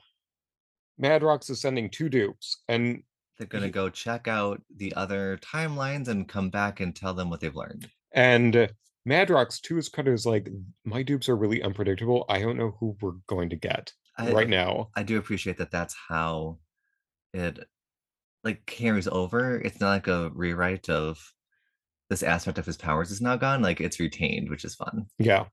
Madrox is sending two dupes, and
They're gonna go check out the other timelines and come back and tell them what they've learned.
and Madrox to his credit is like, my dupes are really unpredictable. I don't know who we're going to get
I,
right now.
I do appreciate that. That's how it like carries over. It's not like a rewrite of this aspect of his powers is now gone. Like it's retained, which is fun.
Yeah.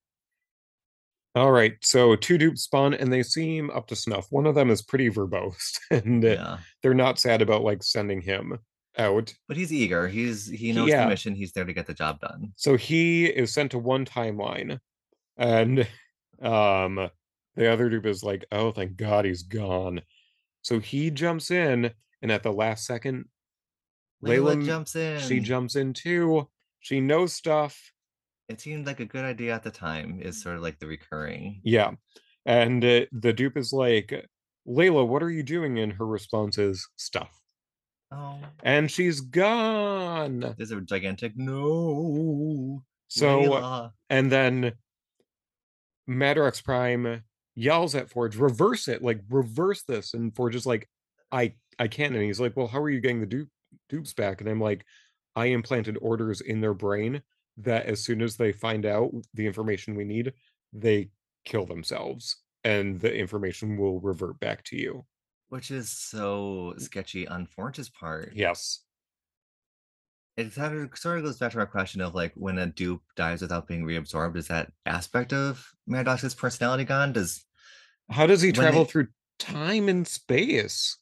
All right. So two dupes spawn and they seem up to snuff. One of them is pretty verbose and uh,
Yeah,
they're not sad about like sending him out.
but he's eager. He's he knows
yeah.
the mission. He's there to get the job done.
So he is sent to one timeline and um the other dupe is like, "Oh, thank God he's gone." So he jumps in and at the last second
Layla,
Layla-
jumps in.
she jumps in too. She knows stuff.
It seemed like a good idea at the time. Is sort of like the recurring.
Yeah. And uh, the dupe is like, "Layla, what are you doing?" and her response is stuff.
Oh,
and she's gone.
there's a gigantic no.
So, uh
Layla.
and then Madrox Prime yells at Forge, reverse it, like reverse this. And Forge is like, I, I can't. And he's like, well, how are you getting the dupe, dupes back? And I'm like, I implanted orders in their brain that as soon as they find out the information we need, they kill themselves and the information will revert back to you.
which is so sketchy on Forge's part.
Yes.
it sort of, sort of goes back to our question of like when a dupe dies without being reabsorbed, is that aspect of Maddox's personality gone? Does
How does he
When they-
travel through time and space?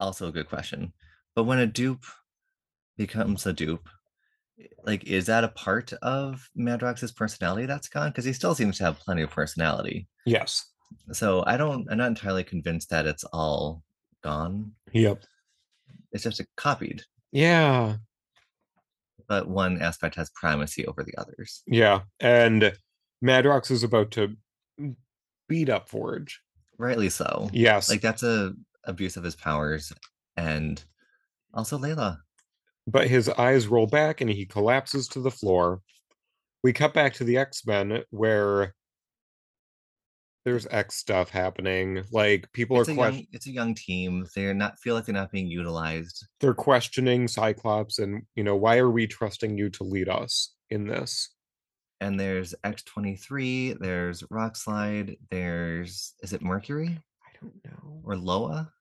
also a good question. But when a dupe becomes a dupe, i- like is that a part of Madrox's personality that's gone? Because he still seems to have plenty of personality.
Yes.
So I don't I'm not entirely convinced that it's all gone.
Yep.
It's just copied,
Yeah.
but one aspect has primacy over the others.
Yeah, and Madrox is about to beat up Forge.
Rightly so.
Yes,
like that's a abuse of his powers and also layla
but his eyes roll back and he collapses to the floor. we cut back to the x-men where there's x stuff happening like people
it's,
are
a
question-
young, it's a young team. They're not feel like they're not being utilized.
they're questioning cyclops and you know why are we trusting you to lead us in this
And there's X23, there's Rock Slide, there's is it Mercury
i don't know
or Loa?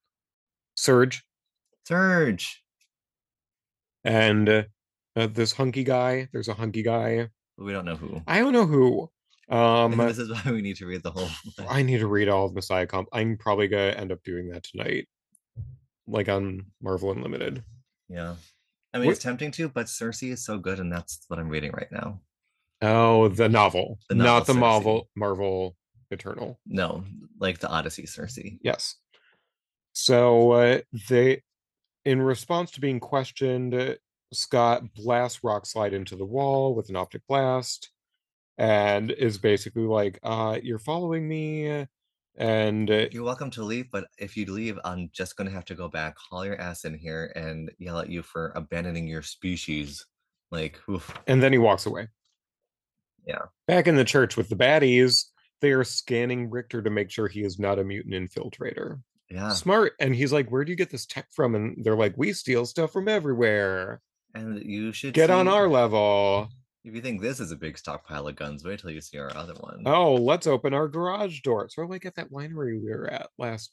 surge
Surge.
and uh, uh, this hunky guy there's a hunky guy
We don't know who.
i don't know who
Maybe
um
this is why we need to read the whole thing.
i need to read all of messiah comp i'm probably gonna end up doing that tonight like on marvel unlimited
Yeah. I mean
What-
it's tempting to, but Cersei is so good, and that's what I'm reading right now.
oh the novel,
The
not the
novel, Cersei.
marvel marvel eternal
No, like the Odyssey Cersei.
Yes. So uh, they, in response to being questioned, uh, Scott blasts Rock Slide into the wall with an optic blast, and is basically like, uh, "You're following me," and uh,
You're welcome to leave, but if you leave, I'm just gonna have to go back, haul your ass in here, and yell at you for abandoning your species. Like, oof.
and then he walks away.
Yeah.
Back in the church with the baddies, they are scanning Richter to make sure he is not a mutant infiltrator.
yeah.
Smart, and he's like, "Where do you get this tech from?" And they're like, "We steal stuff from everywhere.
And you should
Get on
see-
our level."
If you think this is a big stockpile of guns, wait till you see our other one.
Oh, let's open our garage door. It's sort of like at that winery we were at last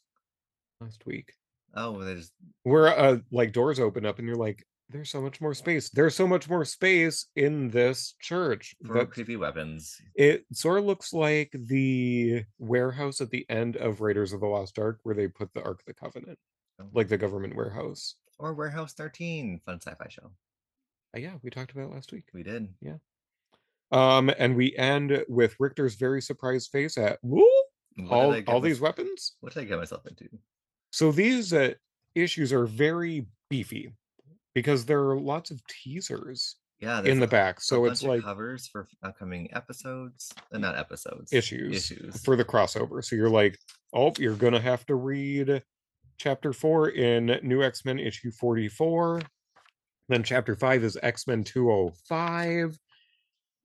last week.
Oh, well, there's
Where uh like doors open up and you're like, there's so much more space. There's so much more space in this church.
for
That
creepy weapons.
it sort of looks like the warehouse at the end of Raiders of the Lost Ark where they put the Ark of the Covenant,
Oh.
like the government warehouse.
or Warehouse 13, fun sci-fi show.
Uh, yeah, we talked about it last week.
We did.
Um, and we end with Richter's very surprised face at woo,
What did
all,
I get
all
my-
these weapons.
What did I get myself into?
So these uh, issues are very beefy because there are lots of teasers
Yeah, there's
in the
a-
back.
a
So
bunch
it's
of
like
covers for upcoming episodes, uh, not episodes,
issues,
issues.
for the crossover. So you're like, oh, you're going to have to read chapter four in New X Men issue 44. Then chapter five is X Men 205.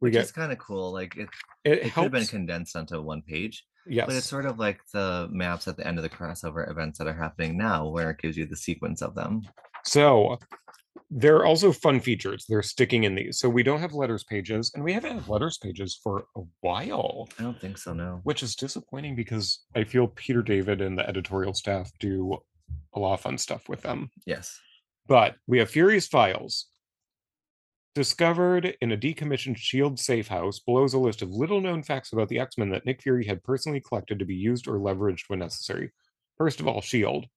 We
which
get
is kind of cool. Like it,
it,
it could have been
helps.
condensed onto one page,
yes.
but it's sort of like the maps at the end of the crossover events that are happening now, where it gives you the sequence of them.
So there are also fun features. They're sticking in these. So we don't have letters pages, and we haven't had letters pages for a while.
I don't think so. No.
which is disappointing because I feel Peter David and the editorial staff do a lot of fun stuff with them.
Yes.
But we have Fury's files. Discovered in a decommissioned SHIELD E safe house below is a list of little known facts about the X Men that Nick Fury had personally collected to be used or leveraged when necessary. First of all, SHIELD. E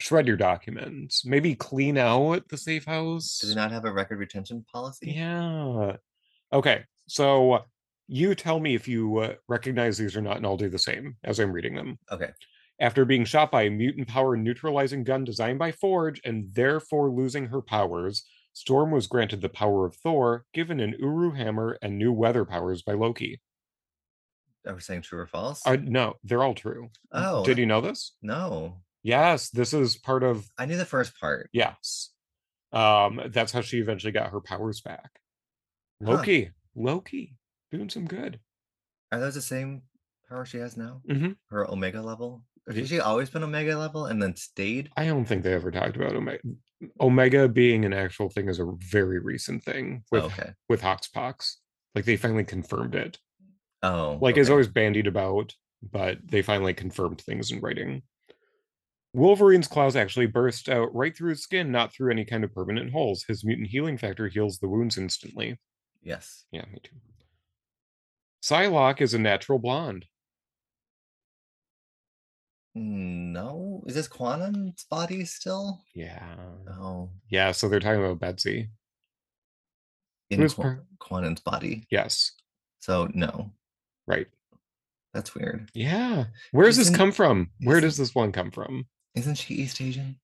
Shred your documents. Maybe clean out the safe house.
Do they not have a record retention policy?
Yeah. Okay. So you tell me if you uh, recognize these or not, and I'll do the same as I'm reading them.
Okay.
After being shot by a mutant power neutralizing gun designed by Forge and therefore losing her powers, Storm was granted the power of Thor, given an Uru hammer and new weather powers by Loki.
Are we saying true or false?
Uh, no, they're all true.
oh,
Did you know this?
no.
Yes, this is part of
I knew the first part.
yes. Um, that's how she eventually got her powers back.
Huh.
Loki, Loki, doing some good.
Are those the same power she has now?
Mm-hmm.
Her omega level? Or
Ye-
Has she always been omega level and then stayed? Oh,
I don't think they ever talked about Omega. Omega being an actual thing is a very recent thing with
Oh, okay.
with Hoxpox. Like they finally confirmed it.
Oh,
Like it's
okay.
always bandied about, but they finally confirmed things in writing. Wolverine's claws actually burst out right through his skin, not through any kind of permanent holes. His mutant healing factor heals the wounds instantly.
Yes.
Yeah, me too. Psylocke is a natural blonde.
Mm, No, is this Quanon's body still?
Yeah.
Oh,
Yeah, so they're talking about Betsy.
in
was
Qua- Quanon's body.
Yes.
So no,
Right.
that's weird.
Yeah. Where does this
Isn't-
come from? Where does
isn't-
this one come from?
Isn't she East Asian?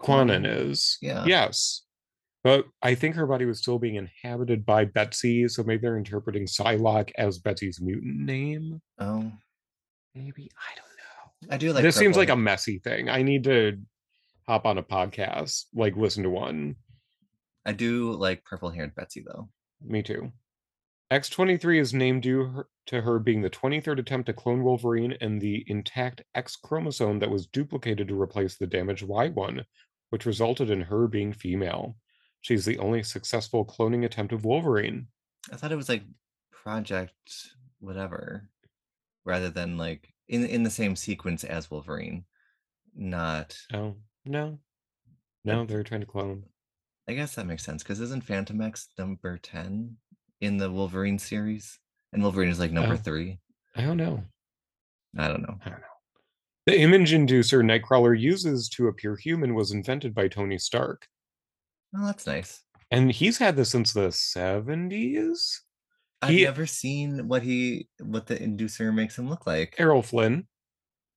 Quanon
Quanon,
is.
yeah.
Yes. But I think her body was still being inhabited by Betsy, so maybe they're interpreting Psylocke as Betsy's mutant name.
Oh,
Maybe I don't know.
I do like.
this seems like a
purple.
messy thing. I need to hop on a podcast, like listen to one.
I do like purple-haired Betsy though.
Me too. X23 is named due her- to her being the 23rd attempt to clone Wolverine and the intact X chromosome that was duplicated to replace the damaged Y one, which resulted in her being female. She's the only successful cloning attempt of Wolverine.
I thought it was like Project whatever, rather than like in in the same sequence as Wolverine. Not,
Oh, no. No, they're trying to clone.
I guess that makes sense because isn't Phantom X number ten in the Wolverine series, and Wolverine is like number
Oh.
three.
I don't know.
I don't know.
The image inducer Nightcrawler uses to appear human was invented by Tony Stark.
Well, that's nice.
And he's had this since the 70s.
I've
He-
never seen what he what the inducer makes him look like.
Errol Flynn,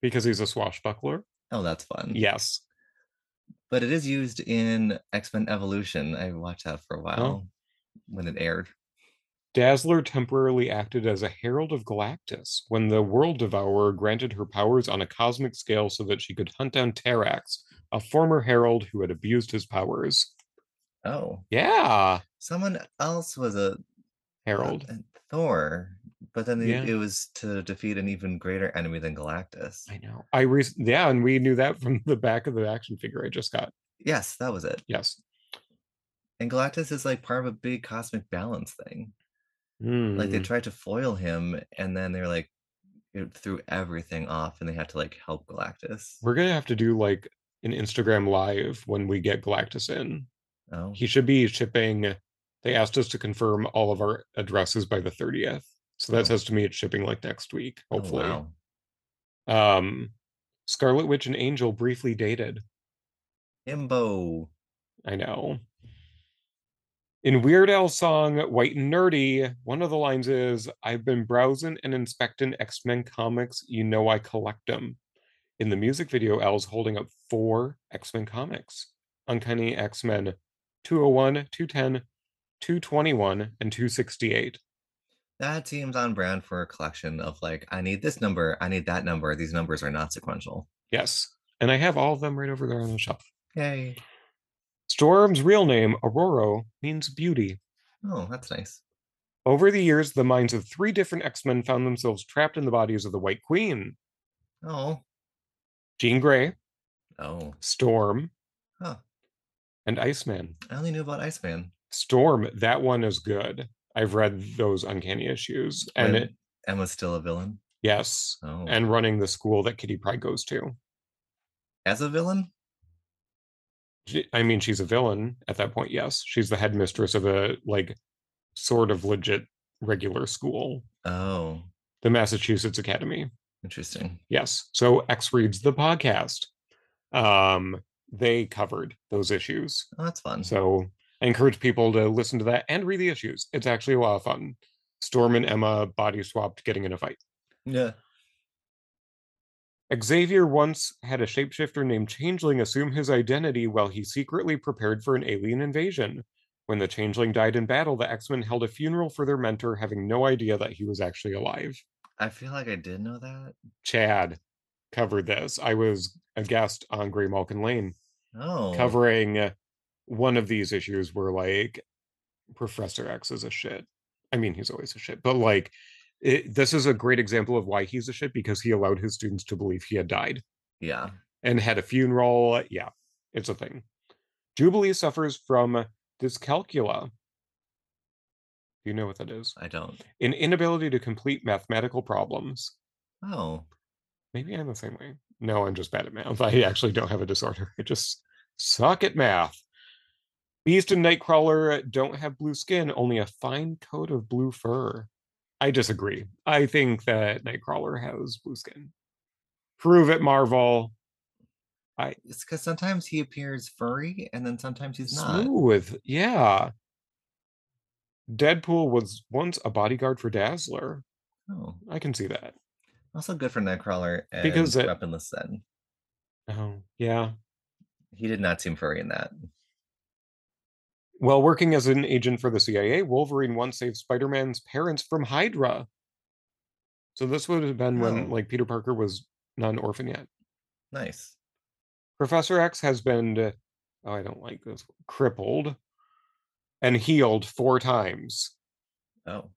because he's a swashbuckler.
Oh, that's fun.
Yes.
but it is used in X Men Evolution. I watched that
Oh.
for a while when it aired.
Dazzler temporarily acted as a herald of Galactus when the World Devourer granted her powers on a cosmic scale so that she could hunt down Tarax, a former herald who had abused his powers.
Oh,
Yeah,
someone else was a
herald.
a Thor, but then they-
Yeah.
it was to defeat an even greater enemy than Galactus.
I know. I re- yeah, and we knew that from the back of the action figure I just got.
Yes, that was it.
Yes.
And Galactus is like part of a big cosmic balance thing. Like they
Hmm.
tried to foil him, and then they're like it threw everything off, and they had to like help Galactus.
We're gonna have to do like an Instagram live when we get Galactus in.
Oh,
He should be shipping. They asked us to confirm all of our addresses by the 30th. So that
Oh.
says to me it's shipping like next week,
oh,
hopefully.
wow.
Um Scarlet Witch and Angel briefly dated.
Imbo.
I know. In Weird Al's song White and Nerdy, one of the lines is I've been browsing and inspecting X Men comics. You know I collect them. In the music video, Al's holding up four X Men comics Uncanny oh X Men 201, 210, 221, and 268.
That seems on brand for a collection of like, I need this number, I need that number. These numbers are not sequential.
Yes. And I have all of them right over there on the shelf.
Yay.
Storm's real name, Aurora, means beauty.
Oh, that's nice.
Over the years, the minds of three different X Men found themselves trapped in the bodies of the White Queen,
Oh.
Jean Grey,
Oh.
Storm,
Huh.
and Iceman.
I only knew about Iceman.
Storm, that one is good. I've read those uncanny issues. And
when
it,
Emma's still a villain.
yes,
Oh.
and running the school that Kitty Pride goes to.
as a villain?
She- I mean, she's a villain at that point, yes. She's the headmistress of a, like, sort of legit regular school,
Oh,
the Massachusetts Academy.
interesting.
Yes. So X reads the podcast. Um, they covered those issues.
Oh, that's fun.
So I encourage people to listen to that and read the issues. It's actually a lot of fun. Storm and Emma body swapped, getting in a fight.
yeah.
Xavier once had a shapeshifter named Changeling assume his identity while he secretly prepared for an alien invasion. When the Changeling died in battle, the X Men held a funeral for their mentor, having no idea that he was actually alive.
I feel like I did know that.
Chad covered this. I was a guest on Grey Malkin Lane.
Oh.
covering uh, one of these issues where like Professor X is a shit. I mean, he's always a shit, but like it, this is a great example of why he's a shit because he allowed his students to believe he had died
Yeah.
and had a funeral. Yeah, it's a thing. Jubilee suffers from dyscalculia. Do you know what that is?
I don't.
An inability to complete mathematical problems.
Oh.
Maybe I'm the same way. No, I'm just bad at math. I actually don't have a disorder. I just suck at math. Beast and Nightcrawler don't have blue skin, only a fine coat of blue fur. I disagree. I think that Nightcrawler has blue skin. Prove it, Marvel.
It's because sometimes he appears furry and then sometimes he's not.
Smooth. Yeah. Deadpool was once a bodyguard for Dazzler.
Oh.
I can see that.
Also good for Nightcrawler and
Because it-
Weaponless Zen.
Oh, yeah.
He did not seem furry in that.
While working as an agent for the CIA, Wolverine once saved Spider Man's parents from Hydra. So this would have been when
Oh.
like Peter Parker was not an orphan yet.
Nice.
Professor X has been uh, oh I don't like this crippled and healed four times.
Oh,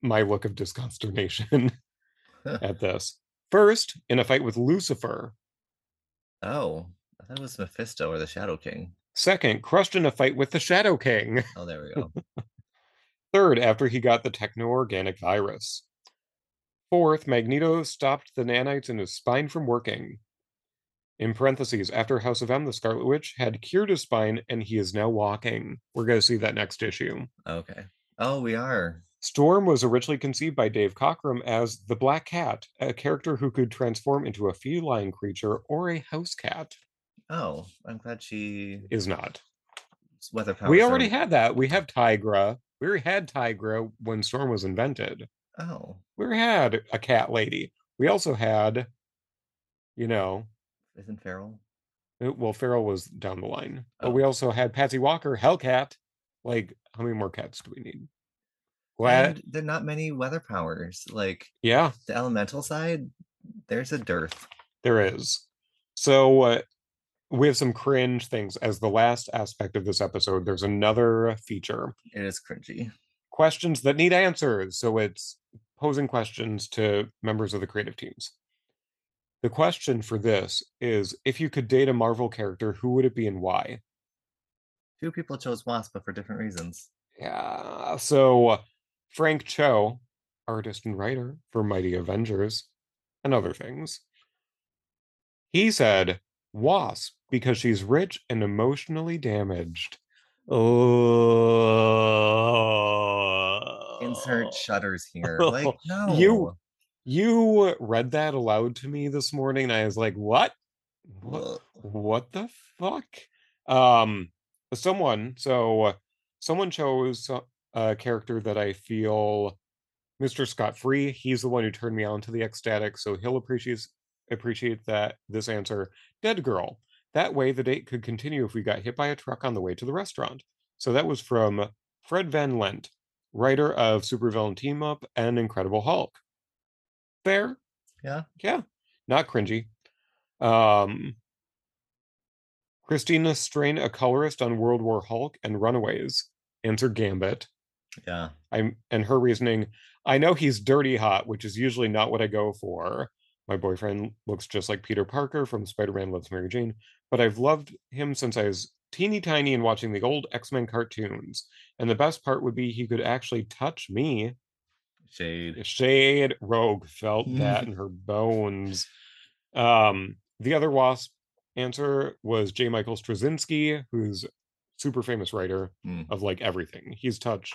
My look of disconsternation at this. First, in a fight with Lucifer.
oh, I thought it was Mephisto or the Shadow King.
Second, crushed in a fight with the Shadow King.
Oh, there we go.
Third, after he got the techno organic virus. Fourth, Magneto stopped the nanites in his spine from working. In parentheses, after House of M, the Scarlet Witch had cured his spine and he is now walking. We're going to see that next issue.
okay. Oh, we are.
Storm was originally conceived by Dave Cockrum as the Black Cat, a character who could transform into a feline creature or a house cat.
Oh, I'm glad she
Is not.
weather power.
We already had that. We have Tigra. We already had Tigra when Storm was invented.
Oh,
We already had a cat lady. We also had, you know,
isn't Feral?
uh, well, Farrell was down the line, but
Oh.
we also had Patsy Walker, Hellcat. Like, how many more cats do we need? Glad,
And there are not many weather powers. Like
yeah.
the elemental side, there's a dearth.
There is. So uh, we have some cringe things as the last aspect of this episode. There's another feature
It is cringy.
questions that need answers. So it's posing questions to members of the creative teams. The question for this is if you could date a Marvel character, who would it be and why?
Two people chose Wasp, but for different reasons.
Yeah. So Frank Cho, artist and writer for Mighty Avengers and other things, he said Wasp because she's rich and emotionally damaged. Oh.
Insert shudders here. Like no,
You- You read that aloud to me this morning, and I was like, what? What?
Ugh.
what the fuck um someone so uh, someone chose so- a character that i feel mr scott free he's the one who turned me on to the ecstatic so he'll appreciate appreciate that this answer dead girl that way the date could continue if we got hit by a truck on the way to the restaurant so that was from fred van lent writer of supervillain team up and incredible hulk fair
Yeah.
yeah not cringy um Christina Strain, a colorist on World War Hulk and Runaways. Answer Gambit.
Yeah.
I'm and her reasoning, I know he's dirty hot, which is usually not what I go for. My boyfriend looks just like Peter Parker from Spider-Man Loves Mary Jane, but I've loved him since I was teeny tiny and watching the old X-Men cartoons. And the best part would be he could actually touch me.
Shade.
Shade Rogue felt that in her bones. Um, the other wasp answer was J. Michael Straczynski, who's super famous writer
Mm.
of like everything. He's touched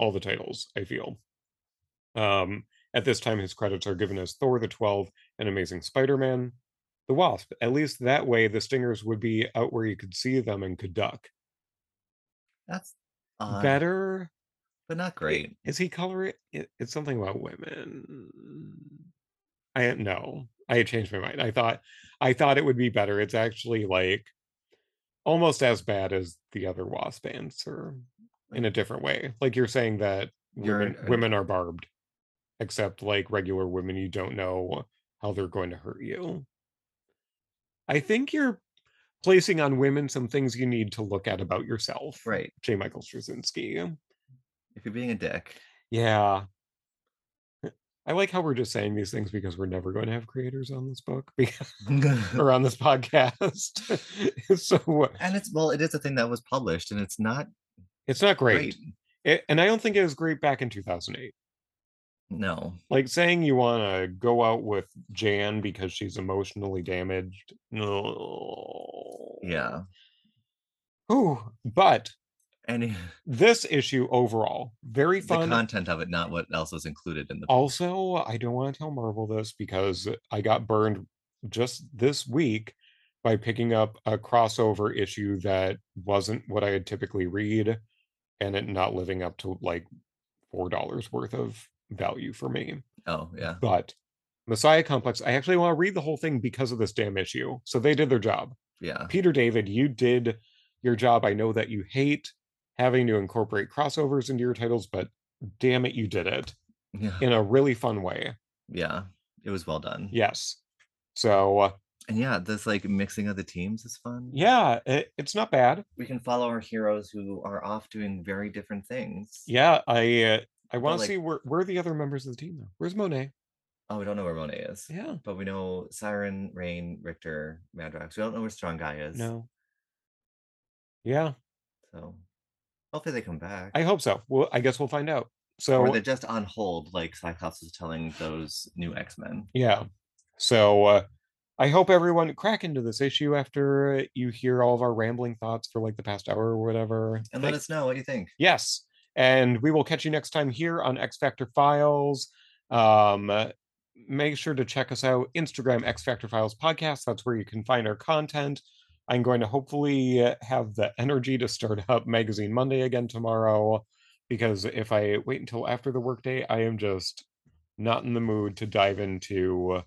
all the titles, I feel. Um, at this time, his credits are given as Thor the 12 and Amazing Spider Man. The Wasp, at least that way, the stingers would be out where you could see them and could duck.
That's odd,
Better
but not great.
Is he color? It, it's something about women. I don't know. I had changed my mind. I thought I thought it would be better. It's actually like almost as bad as the other wasp answer in a different way. Like you're saying that
You're
women,
an-
women are barbed, except like regular women, you don't know how they're going to hurt you. I think you're placing on women some things you need to look at about yourself.
Right.
J. Michael Straczynski.
If you're being a dick,
Yeah. I like how we're just saying these things because we're never going to have creators on this book because,
and
or on this podcast. so uh,
it's well, it is a thing that was published, and it's not
it's not great.
great.
It- and I don't think it was great back in 2008.
No,
Like saying you want to go out with Jan because she's emotionally damaged. No.
yeah.
Ooh, but
And
this issue overall, very
the
fun.
content of it, not what else was included in the.
also i don't want to tell marvel this because i got burned just this week by picking up a crossover issue that wasn't what i had typically read and it not living up to like four dollars worth of value for me
Oh yeah,
but messiah complex i actually want to read the whole thing because of this damn issue so they did their job
yeah.
Peter David, you did your job. I know that you hate having to incorporate crossovers into your titles, but damn it, you did it
yeah,
in a really fun way.
yeah. It was well done.
Yes. So uh,
And yeah, this like mixing of the teams is fun.
Yeah, it, it's not bad.
We can follow our heroes who are off doing very different things.
Yeah, I uh, I want to
like-
see where where are the other members of the team though. Where's Monet?
Oh, we don't know where Monet is.
Yeah.
But we know Siren, Rain, Richter, Madrox. We don't know where Strong Guy is.
No. Yeah,
So hopefully they come back.
I hope so. Well, I guess we'll find out.
or
So
they're just on hold, like Cyclops is telling those new X Men.
yeah, so uh, I hope everyone crack into this issue after uh, you hear all of our rambling thoughts for like the past hour or whatever.
And
Thank-
let us know what you think.
Yes. And we will catch you next time here on X Factor Files. Um, uh, make sure to check us out Instagram X Factor Files podcast. That's where you can find our content. I'm going to hopefully uh, have the energy to start up Magazine Monday again tomorrow because if I wait until after the workday, I am just not in the mood to dive into uh,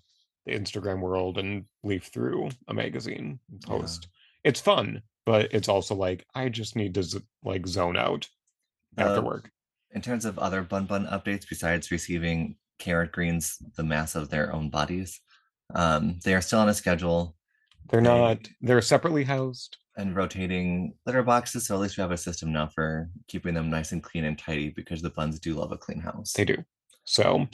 the Instagram world and leaf through a magazine
Yeah.
post. It's fun, but it's also like I just need to z- like zone out after
Uh,
work.
In terms of other Bun Bun updates, besides receiving Carrot Green's The Mass of Their Own Bodies, um, they are still on a schedule
They're
they-
not. They're separately housed.
and rotating litter boxes. So at least we have a system now for keeping them nice and clean and tidy because the buns do love a clean house.
They do. So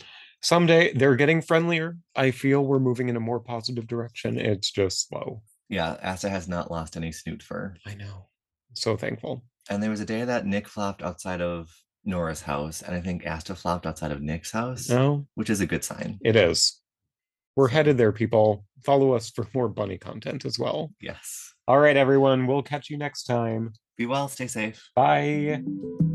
someday they're getting friendlier. I feel we're moving in a more positive direction. It's just slow.
Yeah, Asta has not lost any snoot fur.
I know. So thankful.
And there was a day that Nick flopped outside of Nora's house, and I think Asta flopped outside of Nick's house,
No,
which is a good sign.
it is. We're headed there, people. Follow us for more bunny content as well.
Yes.
All right, everyone. We'll catch you next time.
Be well, stay safe.
Bye.